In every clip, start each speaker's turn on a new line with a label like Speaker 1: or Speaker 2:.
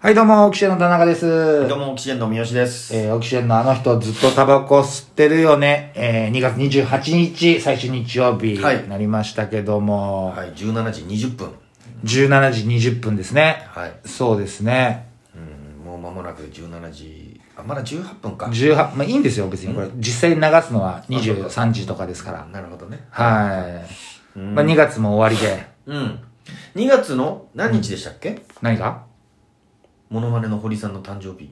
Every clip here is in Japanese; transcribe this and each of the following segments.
Speaker 1: はい、どうも、オキシエンの田中です。
Speaker 2: どうも、オキシエンの三好です。
Speaker 1: えー、オキシエンのあの人ずっとタバコ吸ってるよね。えー、2月28日、最終日曜日
Speaker 2: はい
Speaker 1: になりましたけども、
Speaker 2: はい、17時20分。
Speaker 1: 17時20分ですね。
Speaker 2: はい。
Speaker 1: そうですね。
Speaker 2: うん、もう間もなく17時、あ、まだ18分か。
Speaker 1: 18、まあいいんですよ、別にこれ。実際に流すのは23時とかですから。
Speaker 2: なるほどね。
Speaker 1: はい。まあ2月も終わりで。
Speaker 2: うん。2月の何日でしたっけ、
Speaker 1: 何が
Speaker 2: モノマネの堀さんの誕生 日。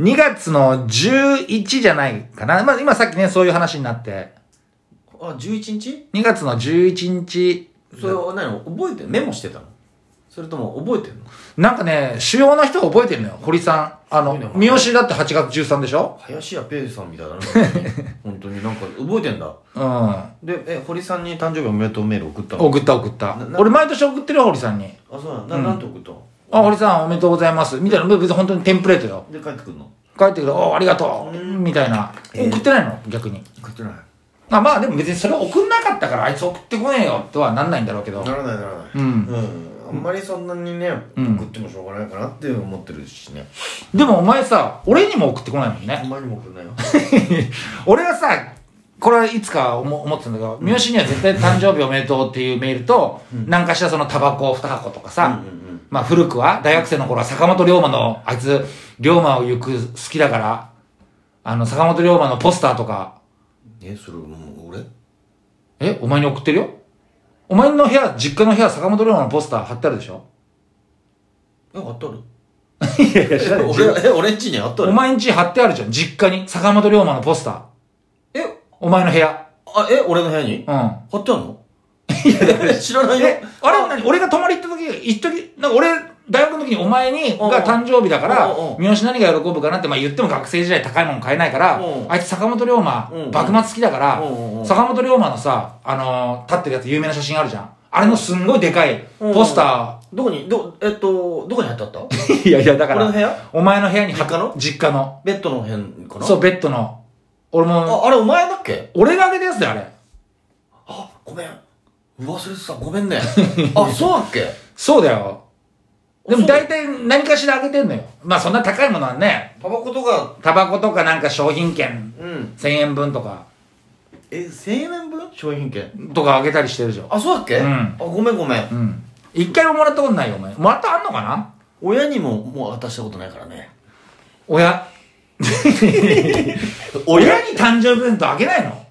Speaker 1: 2月の11じゃないかな。まあ、今さっきね、そういう話になって、
Speaker 2: あ、11日
Speaker 1: 2月の11日、
Speaker 2: それは何覚えてメモしてたのそれとも覚えてるの
Speaker 1: なんかね、主要な人は覚えてるのよ。堀さん。あの
Speaker 2: すごいね、
Speaker 1: 三好だって8月13でしょ
Speaker 2: 林家ペイさんみたいだ な。本当に本当になんか覚えてんだ。
Speaker 1: うん。
Speaker 2: で、え、堀さんに誕生日おめでとうメール送ったの
Speaker 1: 送った送った
Speaker 2: なな。
Speaker 1: 俺毎年送ってるよ、堀さんに。
Speaker 2: あ、そうなんだ。な、なんて送ったの
Speaker 1: あ、堀さんおめでとうございます。みたいな。別に本当にテンプレートよ。
Speaker 2: で、帰ってくるの
Speaker 1: 帰ってくる。おありがとう。みたいな。
Speaker 2: えー
Speaker 1: 送ってないの逆に。
Speaker 2: 送ってな
Speaker 1: あまあでも別にそれ送んなかったから、あいつ送ってこねえよとはなんないんだろうけど
Speaker 2: い。。ならないならない。
Speaker 1: うん。
Speaker 2: うん、あんまりそんなにね、
Speaker 1: うん
Speaker 2: 食ってもしょうがないかなって思ってるしね。
Speaker 1: でもお前さ、俺にも送ってこないもん
Speaker 2: あ
Speaker 1: ね
Speaker 2: ん。まりも くないよ。
Speaker 1: 俺はさ、これはいつか思思ってたんだけど、三好には絶対誕生日おめでとうっていうメールと、何かしらそのタバコ2箱とかさ、
Speaker 2: うんうん
Speaker 1: まあ古くは、大学生の頃は坂本龍馬の、あいつ、龍馬を行く好きだから、あの、坂本龍馬のポスターとか、
Speaker 2: え、それ、もう俺
Speaker 1: え、お前に送ってるよお前の部屋、実家の部屋、坂本龍馬のポスター貼ってあるでしょ
Speaker 2: え、あったる
Speaker 1: いやいや、知 らない。
Speaker 2: 俺、え、俺んちにあった
Speaker 1: お
Speaker 2: る
Speaker 1: 前ん家貼ってあるじゃん、実家に。坂本龍馬のポスター。
Speaker 2: え、
Speaker 1: お前の部屋。
Speaker 2: あ、え、俺の部屋に
Speaker 1: うん。
Speaker 2: 貼ってある のい や、知らないよ
Speaker 1: え。、あれ何俺が泊まり行った時、一時、なんか俺、大学の時にお前に、
Speaker 2: うん
Speaker 1: が誕生日だから
Speaker 2: うんうん、
Speaker 1: 三好何が喜ぶかなって、まあ言っても学生時代高いもん買えないから
Speaker 2: う、ん
Speaker 1: あいつ坂本龍馬
Speaker 2: うんう、ん
Speaker 1: 幕末好きだから
Speaker 2: うんうんう、ん
Speaker 1: 坂本龍馬のさ、あのー、立ってるやつ有名な写真あるじゃん。あれのすんごいでかい
Speaker 2: うん
Speaker 1: ポス タ
Speaker 2: どこに、ど、えっと、どこに貼ってあった
Speaker 1: ー。いやいや、だか
Speaker 2: 俺の部
Speaker 1: ら、
Speaker 2: 屋
Speaker 1: お前の部屋に貼っ
Speaker 2: 実家の
Speaker 1: 実家の。
Speaker 2: ベッドの辺かな
Speaker 1: そう、。ベッドの。俺も、
Speaker 2: あ、あれお前だっけ
Speaker 1: 俺があげたやつだよ、あれ。
Speaker 2: あ、ごめん。忘れてた。ごめん ね。あ、そうだっけ
Speaker 1: そうだよ。でも
Speaker 2: そうだ
Speaker 1: 大体何かしらあげてんのよ。まあそんな高いものはね、
Speaker 2: タバコとか、
Speaker 1: タバコとかなんか商品券
Speaker 2: うん。
Speaker 1: 1000円分とか、
Speaker 2: え、1000円分商品券。
Speaker 1: とかあげたりしてるじゃん。
Speaker 2: あ、そうだっけ
Speaker 1: うん
Speaker 2: あ、ごめんごめん。
Speaker 1: うん。一回ももらったことないよ、お前。もらったあんのかな
Speaker 2: 親にももう渡したことないからね
Speaker 1: 親。親に誕生日分とあげないの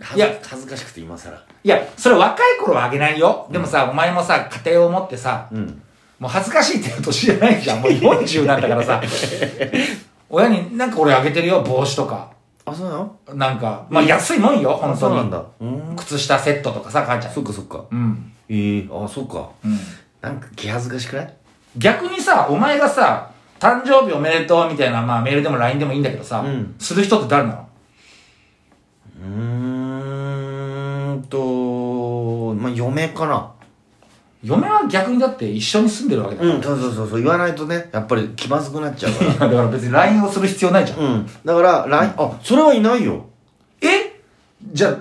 Speaker 2: 恥
Speaker 1: いや
Speaker 2: 恥ずかしくて今更
Speaker 1: いや、それ若い頃はあげないよ。でもさ、お前もさ、家庭を持ってさ、
Speaker 2: うん
Speaker 1: もう恥ずかしいっていう年じゃないじゃん。もう40なんだから さ。親に、なんか俺あげてるよ、帽子とか。
Speaker 2: あそうなの
Speaker 1: なんか、まあ安いもんよ、本
Speaker 2: そうな
Speaker 1: 当
Speaker 2: ん
Speaker 1: に。
Speaker 2: だうん
Speaker 1: 靴下セットとかさ、母ちゃん。
Speaker 2: そっかそっか
Speaker 1: うん。
Speaker 2: えー、あそっか
Speaker 1: うん。
Speaker 2: なんか気恥ずかしくない
Speaker 1: 逆にさ、お前がさ、誕生日おめでとうみたいな、まあメールでも LINE でもいいんだけどさ、
Speaker 2: うん
Speaker 1: する人って誰なの
Speaker 2: うーんとまあ嫁かな
Speaker 1: 嫁は逆にだって一緒に住んでるわ けだから。
Speaker 2: うんそうそうそうそう言わないとねやっぱり気まずくなっちゃうから
Speaker 1: だから別に LINE をする必要ないじゃん。
Speaker 2: うんだからラインあそれはいないよ
Speaker 1: えじゃあ、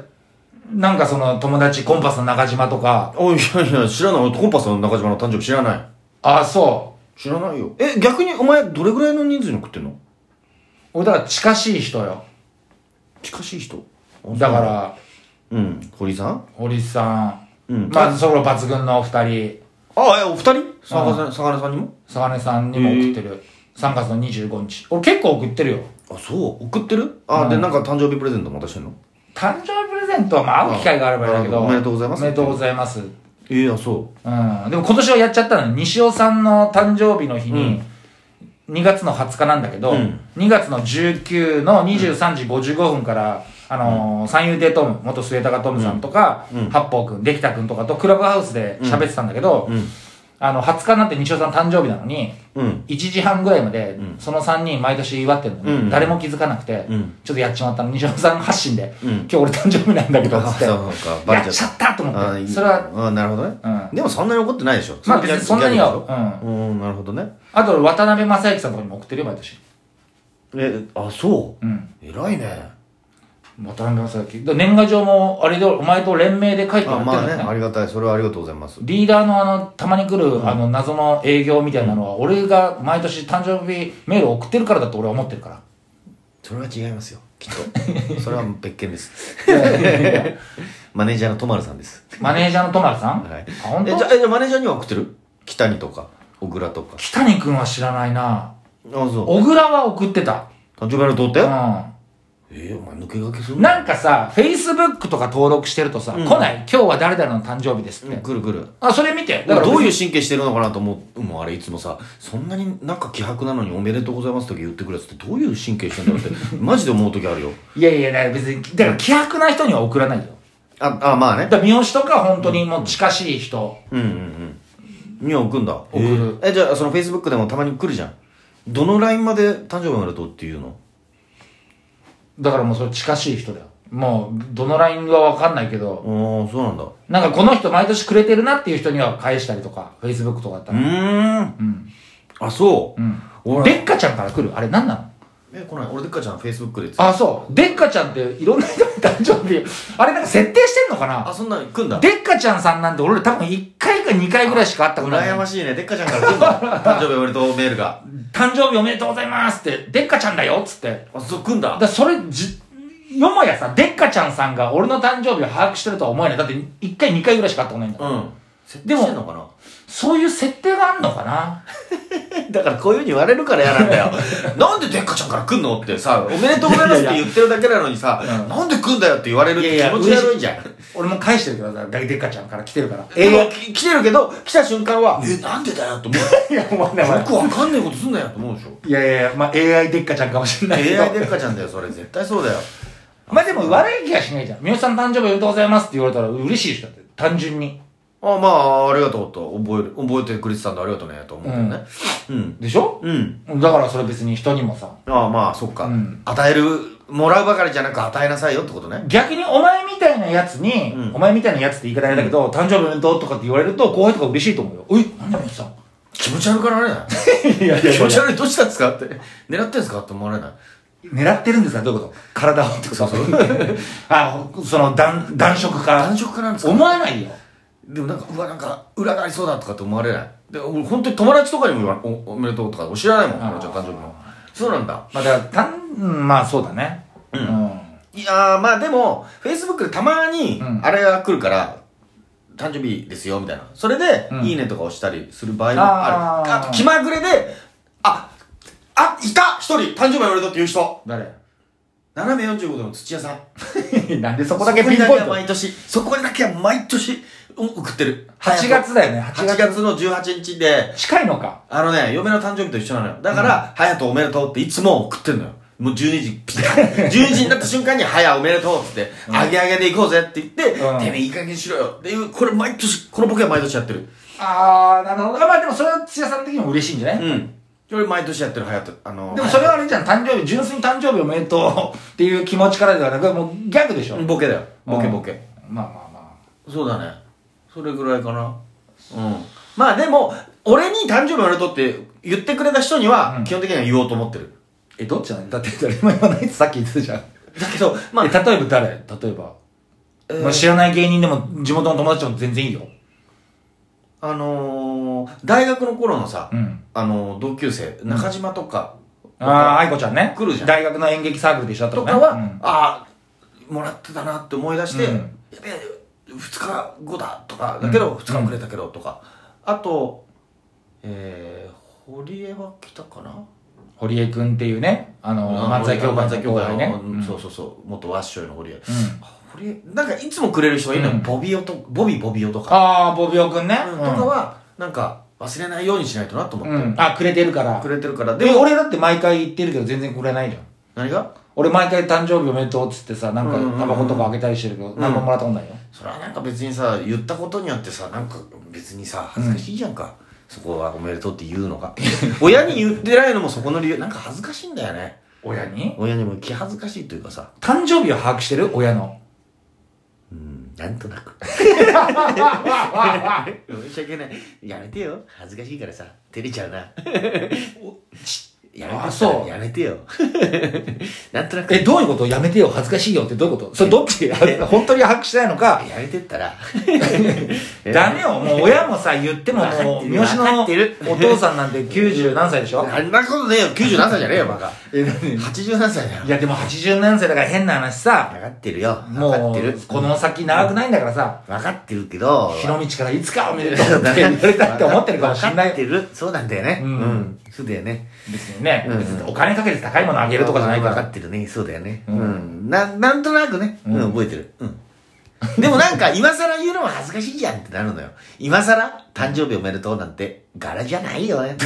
Speaker 1: なんかその友達コンパスの中島とか、
Speaker 2: あいやいや知らないコンパスの中島の誕生日知らない
Speaker 1: あ、そ
Speaker 2: 知らないよえ逆にお前どれぐらいの人数に送ってんの
Speaker 1: う。俺だから近しい人よ。
Speaker 2: 近しい人
Speaker 1: だから、
Speaker 2: うん堀さん
Speaker 1: 堀さ、
Speaker 2: うんん
Speaker 1: まあその抜群のお二人、
Speaker 2: あ、え、お二人さがさ、さがねさんにも
Speaker 1: 坂根さんにも送ってる。3月の25日。俺結構送ってるよ。
Speaker 2: あ、そう送ってるあ、で、なんか誕生日プレゼントも渡してんの
Speaker 1: 誕生日プレゼントはまあ会う機会があればいいんだけど、
Speaker 2: うんおめでとうございます
Speaker 1: おめでとうございます。うん。
Speaker 2: ええ、あ、そ
Speaker 1: でも今年はやっちゃったの。西尾さんの誕生日の日に、2月の20日なんだけど、
Speaker 2: うん
Speaker 1: 2月の19の23時55分から、あのー三遊亭トム、元末高トムさんとか、
Speaker 2: うんうん
Speaker 1: 八方くん、できたくんとかとクラブハウスで喋ってたんだけど、
Speaker 2: うん。
Speaker 1: あの、20日になって西尾さん誕生日なのに、
Speaker 2: うん。
Speaker 1: 1時半ぐらいまで
Speaker 2: う、ん
Speaker 1: その3人毎年祝ってるのに、
Speaker 2: うん
Speaker 1: 誰も気づかなくて、
Speaker 2: うん
Speaker 1: ちょっとやっちまったの、西尾さん発信で、
Speaker 2: うん
Speaker 1: 今日俺誕生日なんだけど、
Speaker 2: あ、
Speaker 1: つっ
Speaker 2: そ
Speaker 1: て
Speaker 2: う、。なんか、バ
Speaker 1: や
Speaker 2: レ
Speaker 1: っ
Speaker 2: ちゃっ
Speaker 1: ちゃったと思
Speaker 2: た。あ
Speaker 1: っ
Speaker 2: い
Speaker 1: て。それは、
Speaker 2: あ、なるほどね。
Speaker 1: うん。
Speaker 2: でもそんなに怒ってないでしょ
Speaker 1: まあ別にそんなには、う
Speaker 2: は。
Speaker 1: ん。
Speaker 2: うん、なるほどね。
Speaker 1: あと、渡辺正行さんとかにも送ってるよ、毎年。
Speaker 2: え、あ、そう
Speaker 1: うん。
Speaker 2: 偉いね。
Speaker 1: また長崎。だ年賀状も、あれで、お前と連名で書いても
Speaker 2: あ
Speaker 1: らって
Speaker 2: ま
Speaker 1: る
Speaker 2: あ
Speaker 1: ん
Speaker 2: ね
Speaker 1: だよね
Speaker 2: ありがたいそれはありがとうございます
Speaker 1: リーダーのあの、たまに来る、あの、謎の営業みたいなのは、俺が毎年誕生日メール送ってるからだと俺は思ってるから。
Speaker 2: それは違いますよきっと それは別件ですマネージャーのとまるさんです
Speaker 1: マネージャーのトマルさん、
Speaker 2: はい
Speaker 1: あ、本
Speaker 2: えじゃ
Speaker 1: 当
Speaker 2: あえじゃあマネージャーには送ってる北にとか小倉とかあ
Speaker 1: 北に君は知らないな。
Speaker 2: そ
Speaker 1: 小倉は送ってた。
Speaker 2: う誕生日の通って
Speaker 1: う
Speaker 2: えー、お前抜け駆けする
Speaker 1: ん。なんかさ、Facebook とか登録してるとさ、
Speaker 2: うん
Speaker 1: 来ない今日は誰々の誕生日ですって。
Speaker 2: くるくる
Speaker 1: あ、それ見て。
Speaker 2: だからどういうう神経してるのかなと思うもうあれいつもさそんなになんか気迫なのに「おめでとうございます」とか言ってくるやつってどういう神経してんだろうってマジで思う時あるよ
Speaker 1: いやいや、だから別に、だから気迫な人には送らないよ。
Speaker 2: ああまあね
Speaker 1: だから三好とか本当にもう近しい人。
Speaker 2: うんうんうんには置くんだ
Speaker 1: 送る
Speaker 2: えーえじゃあそのフェイスブックでもたまに来るじゃんどのラインまで誕生日おめでとうっていうの
Speaker 1: だからもうそれ近しい人だよ。もう、どのラインはわかんないけど、
Speaker 2: ああそうなんだう
Speaker 1: なんかこの人毎年くれてるなっていう人には返したりとか、Facebook とかだったら。
Speaker 2: ーん
Speaker 1: うん。
Speaker 2: あそう
Speaker 1: う、ん。
Speaker 2: 俺
Speaker 1: でっかちゃんから来るあれ何なの
Speaker 2: えこない俺でっかちゃんフェイスブックでつ
Speaker 1: あ、そう。でっかちゃんっていろんな人の誕生日、あれなんか設定してんのか
Speaker 2: あ
Speaker 1: な
Speaker 2: そんなん来んだ
Speaker 1: でっかちゃんさんなんて俺ら多分1回か2回ぐらいしか会ったことない。
Speaker 2: 羨ましいねでっかちゃんから来んだ誕生日おめでとうメールが
Speaker 1: 誕生日おめでとうございますって、でっかちゃんだよっつって。
Speaker 2: あそう来んだ
Speaker 1: だからそれじ、よもやさ、でっかちゃんさんが俺の誕生日を把握してるとは思えない。だって1回2回ぐらいしか会ったことないんだから。
Speaker 2: うん設
Speaker 1: で
Speaker 2: 定
Speaker 1: も
Speaker 2: してんのかな
Speaker 1: そういう設定があんのかな
Speaker 2: だからこういうふうに言われるから嫌なんだよ。 なんででっかちゃんから来んのってさ、おめでとうございますって言ってるだけなのにさ、
Speaker 1: うん
Speaker 2: なんで来んだよって言われるって気持ち悪いじゃん。
Speaker 1: 俺も返してるけどさ、だでっかちゃんから来てるから。
Speaker 2: ええ来てるけど、来た瞬間は、え、なんでだよって思う。
Speaker 1: いや、お前ね、
Speaker 2: よくわかんねえことすんなよって思うでし ょ。
Speaker 1: いやいやいや、まあ AI でっかちゃんかもしれないけど。
Speaker 2: AI でっかちゃんだよ、それ。絶対そうだよ。
Speaker 1: まあでも悪い気がしないじゃん。三好さん誕生日おめでとうございますって言われたら嬉しい人だって、単純に。
Speaker 2: あ、まあ、ありがとうと、覚える、覚えてくれてたんだ、ありがとうね、と思うけどね。うん。
Speaker 1: でしょ
Speaker 2: うん。
Speaker 1: だからそれ別に人にもさ。
Speaker 2: ああ、まあ、そっか
Speaker 1: うん。
Speaker 2: 与える、もらうばかりじゃなく与えなさいよってことね。
Speaker 1: 逆にお前みたいなやつに、
Speaker 2: うん
Speaker 1: お前みたいなやつって言い方あれだけど、誕生日おめでとうとかって言われると後輩とか嬉しいと思うよ。おい、何でさん。
Speaker 2: 気持ち悪からね。
Speaker 1: いやい
Speaker 2: 気持ち悪い、どうしたんですかって。狙ってんですかって思われない。
Speaker 1: 狙ってるんですかどういうこと体をってこと
Speaker 2: そうそう
Speaker 1: あ、その、断、断食か
Speaker 2: 男。色化なんですか
Speaker 1: 思わないよ。
Speaker 2: でもなんかうわなんか裏がありそうだとかって思われないで俺本当に友達とかにも言わおおめでとうとか知らないもん
Speaker 1: あー
Speaker 2: 友達の誕生日もそうなんだ
Speaker 1: まあだから、たん、うんまあそうだね。
Speaker 2: うん
Speaker 1: うん
Speaker 2: いやーまあでもフェイスブックでたまに
Speaker 1: うん
Speaker 2: あれが来るから、誕生日ですよみたいなそれで、
Speaker 1: うん
Speaker 2: いいねとか押したりする場合もある
Speaker 1: あー
Speaker 2: あと気まぐれでああいた一人誕生日おめでとうっていう人
Speaker 1: 誰
Speaker 2: 斜め45度の土屋さん
Speaker 1: なんでそ
Speaker 2: そ
Speaker 1: こだけピンポイン
Speaker 2: こにだけ
Speaker 1: ト
Speaker 2: は毎年そこにだけは毎年うん送ってる
Speaker 1: 8月だよね、8
Speaker 2: 8
Speaker 1: 月。
Speaker 2: 月の18日で
Speaker 1: 近いのか。
Speaker 2: あのね、嫁の誕生日と一緒なのよ。だから、はやとおめでとうっていつも送ってんのよ。もう12時、 ピタッ。12時になった瞬間に、はやおめでとうって言って、あげあげで行こうぜって言って、
Speaker 1: うん
Speaker 2: てめえいい加減にしろよっていう、これ毎年、このボケは毎年やってる。
Speaker 1: あー、なるほど。まあでもそれは土屋さん的にも嬉しいんじゃない、
Speaker 2: うん。それ毎年やってる、はやと。あの、
Speaker 1: でもそれ
Speaker 2: は
Speaker 1: はあれじゃん、誕生日、純粋に誕生日おめでとうっていう気持ちからではなく、もうギャグでしょ。
Speaker 2: や、ボケだよ。ボケボケ。
Speaker 1: まあまあま
Speaker 2: そうだね。それぐらいかな。うん。まあでも、俺に誕生日おめでとうって言ってくれた人に
Speaker 1: う
Speaker 2: は
Speaker 1: ん、
Speaker 2: 基本的には言おうと思ってる。
Speaker 1: あ。え、どっちなのだって誰も言わないってさっき言ってたじゃん。
Speaker 2: だけど、 ま
Speaker 1: え
Speaker 2: あ、
Speaker 1: 例えば誰例えば。
Speaker 2: えー
Speaker 1: まあ、知らない芸人でも、地元の友達でも全然いいよ。
Speaker 2: あのー、大学の頃のさ、
Speaker 1: うん。
Speaker 2: あの同級生中島とか、
Speaker 1: ああ、愛子ちゃんね。
Speaker 2: 来るじゃん
Speaker 1: 大学の演劇サークルで一緒だった
Speaker 2: と
Speaker 1: もんね
Speaker 2: かは、
Speaker 1: うん
Speaker 2: ああもらってたなって思い出して、
Speaker 1: うん
Speaker 2: やべえ2日後だとかだけど、
Speaker 1: うん
Speaker 2: 2日遅れたけどとか、あとえー、堀江は来たかな
Speaker 1: 堀江くんっていうね、あの、漫才協会
Speaker 2: 漫
Speaker 1: の
Speaker 2: 才協
Speaker 1: 後
Speaker 2: 会
Speaker 1: 輩
Speaker 2: の、
Speaker 1: ね。
Speaker 2: うん
Speaker 1: ん
Speaker 2: そうそうそう元ワッショイの堀江、
Speaker 1: うん
Speaker 2: 堀江なんかいつもくれる人がいるのよ、
Speaker 1: うん
Speaker 2: ボビオとボビボビオとか、
Speaker 1: ああ、ボビオくんね。
Speaker 2: うんとかはなんか忘れないようにしないとなと思っ
Speaker 1: う
Speaker 2: て、
Speaker 1: ん。あ、くれてるから。
Speaker 2: くれてるからで
Speaker 1: で、
Speaker 2: も
Speaker 1: 俺だって毎回言ってるけど全然くれないじゃん。
Speaker 2: 何が
Speaker 1: 俺毎回誕生日おめでとうっつってさ、なんか
Speaker 2: うんうんうん
Speaker 1: タバコとかあげたりしてるけど、何ももらったことないよ。
Speaker 2: それはなんか別にさ言ったことによってさなんか別にさ恥ずかしいじゃんか、そこはおめでとうって言うの が親に言ってないのもそこの理由なんか恥ずかしいんだよね
Speaker 1: 親に
Speaker 2: 親にも気恥ずかしいというかさ
Speaker 1: 誕生日を把握してる親の。
Speaker 2: うんなんとなく申し訳ないやめてよ恥ずかしいからさ照れちゃうな
Speaker 1: ち
Speaker 2: やめて
Speaker 1: あそう
Speaker 2: やめてよ なんとなく
Speaker 1: え、どういうことやめてよ、恥ずかしいよってどういうことそれどっち、本当に把握したいのか、
Speaker 2: やめてったら
Speaker 1: ダメよ、もう親もさ、言っても
Speaker 2: わかってる
Speaker 1: もう、三好
Speaker 2: わか
Speaker 1: の
Speaker 2: ってる
Speaker 1: お父さんなんて90何歳でしょ
Speaker 2: あんなことねえよ97歳じゃねえよバカ
Speaker 1: え何
Speaker 2: 87歳だよ
Speaker 1: いや、でも80何歳だから変な話さ、
Speaker 2: 分かってるよ
Speaker 1: も
Speaker 2: 分かってる
Speaker 1: う、この先長くないんだからさ、
Speaker 2: 分かってるけど
Speaker 1: 日の道からいつかは見れる と思ってやりたいって思ってるかもしんな
Speaker 2: 分かって
Speaker 1: い。
Speaker 2: るそうなんだよね
Speaker 1: うん
Speaker 2: そうだよね
Speaker 1: 別にね、
Speaker 2: うん
Speaker 1: 別にお金かけて高いものあげるとかじゃないか。
Speaker 2: 分からってるねそうだよね
Speaker 1: う
Speaker 2: うんんななんとなくねうん覚えてるうんでもなんか今更言うのも恥ずかしいじゃんってなるのよ今更誕生日おめでとうなんて柄じゃないよね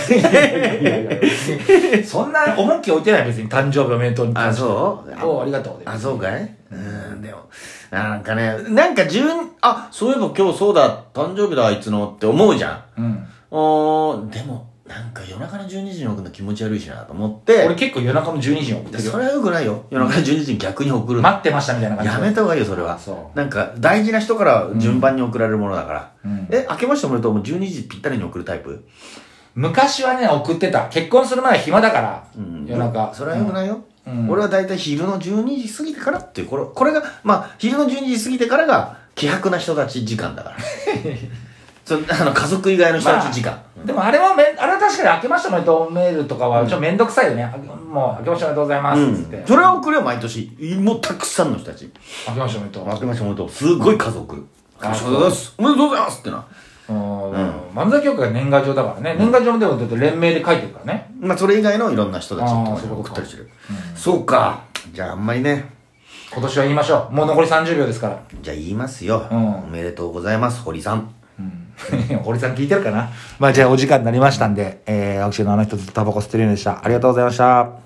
Speaker 1: そんな重き置いてない別に誕生日おめでとうに関
Speaker 2: あ
Speaker 1: して。
Speaker 2: そうあ
Speaker 1: おうありがとうで。
Speaker 2: あ、そうかいうん、でも、なんかね、なんか自分、あ、そういえば今日そうだ、誕生日だ、あいつのって思うじゃん。
Speaker 1: うん。
Speaker 2: おー、でも、なんか夜中の12時に送るの気持ち悪いしなと思って、
Speaker 1: 俺結構夜中の12時に送ってる
Speaker 2: そ
Speaker 1: よ。
Speaker 2: れは良くないよ。夜中の12時に逆に送るの。
Speaker 1: 待ってましたみたいな感じ
Speaker 2: や
Speaker 1: で。
Speaker 2: めた方がいいよ、それは。
Speaker 1: そ
Speaker 2: なんか、大事な人から順番に送られるものだから。
Speaker 1: う。うん。
Speaker 2: え、明けましておめでとうもう12時ぴったりに送るタイプ
Speaker 1: 昔はね、送ってた。結婚する前は暇だから、夜中。
Speaker 2: それは良く
Speaker 1: い。
Speaker 2: ないよ。
Speaker 1: うん
Speaker 2: 俺は大体昼の12時過ぎてからっていう、これ、これが、まあ、昼の12時過ぎてからが、希薄な人たち時間だ から。そのあの、家族以外の人たち時間。
Speaker 1: でもあれはめん、あれは確かに明けましておめでとうメールとかは、ちょっとめんどくさいよね。あもう、明けましておめでとうございます
Speaker 2: う
Speaker 1: っつ
Speaker 2: ん
Speaker 1: って。。
Speaker 2: それは送れよ、毎年。もうたくさんの人たち。
Speaker 1: 明けましておめでとう。
Speaker 2: 明けましておめでとう。すごい家族。お
Speaker 1: あ
Speaker 2: めでとうございます。おめでとうございますってな。
Speaker 1: うん漫才協会が年賀状だからね。年賀状でもちょっと連名で書いてるからね。
Speaker 2: まあ、それ以外のいろんな人たち
Speaker 1: あー
Speaker 2: とかに
Speaker 1: そうか
Speaker 2: 送ったりしてる。そうか。じゃあ、あんまりね。
Speaker 1: 今年は言いましょう。もう残り30秒ですから。
Speaker 2: じゃあ、言いますよ。
Speaker 1: うん
Speaker 2: おめでとうございます、堀さん。
Speaker 1: うん、 堀さん聞いてるかなまあじゃあお時間になりましたんで、えー、青木のあの人ずっとタバコ吸ってるようでした。ありがとうございました。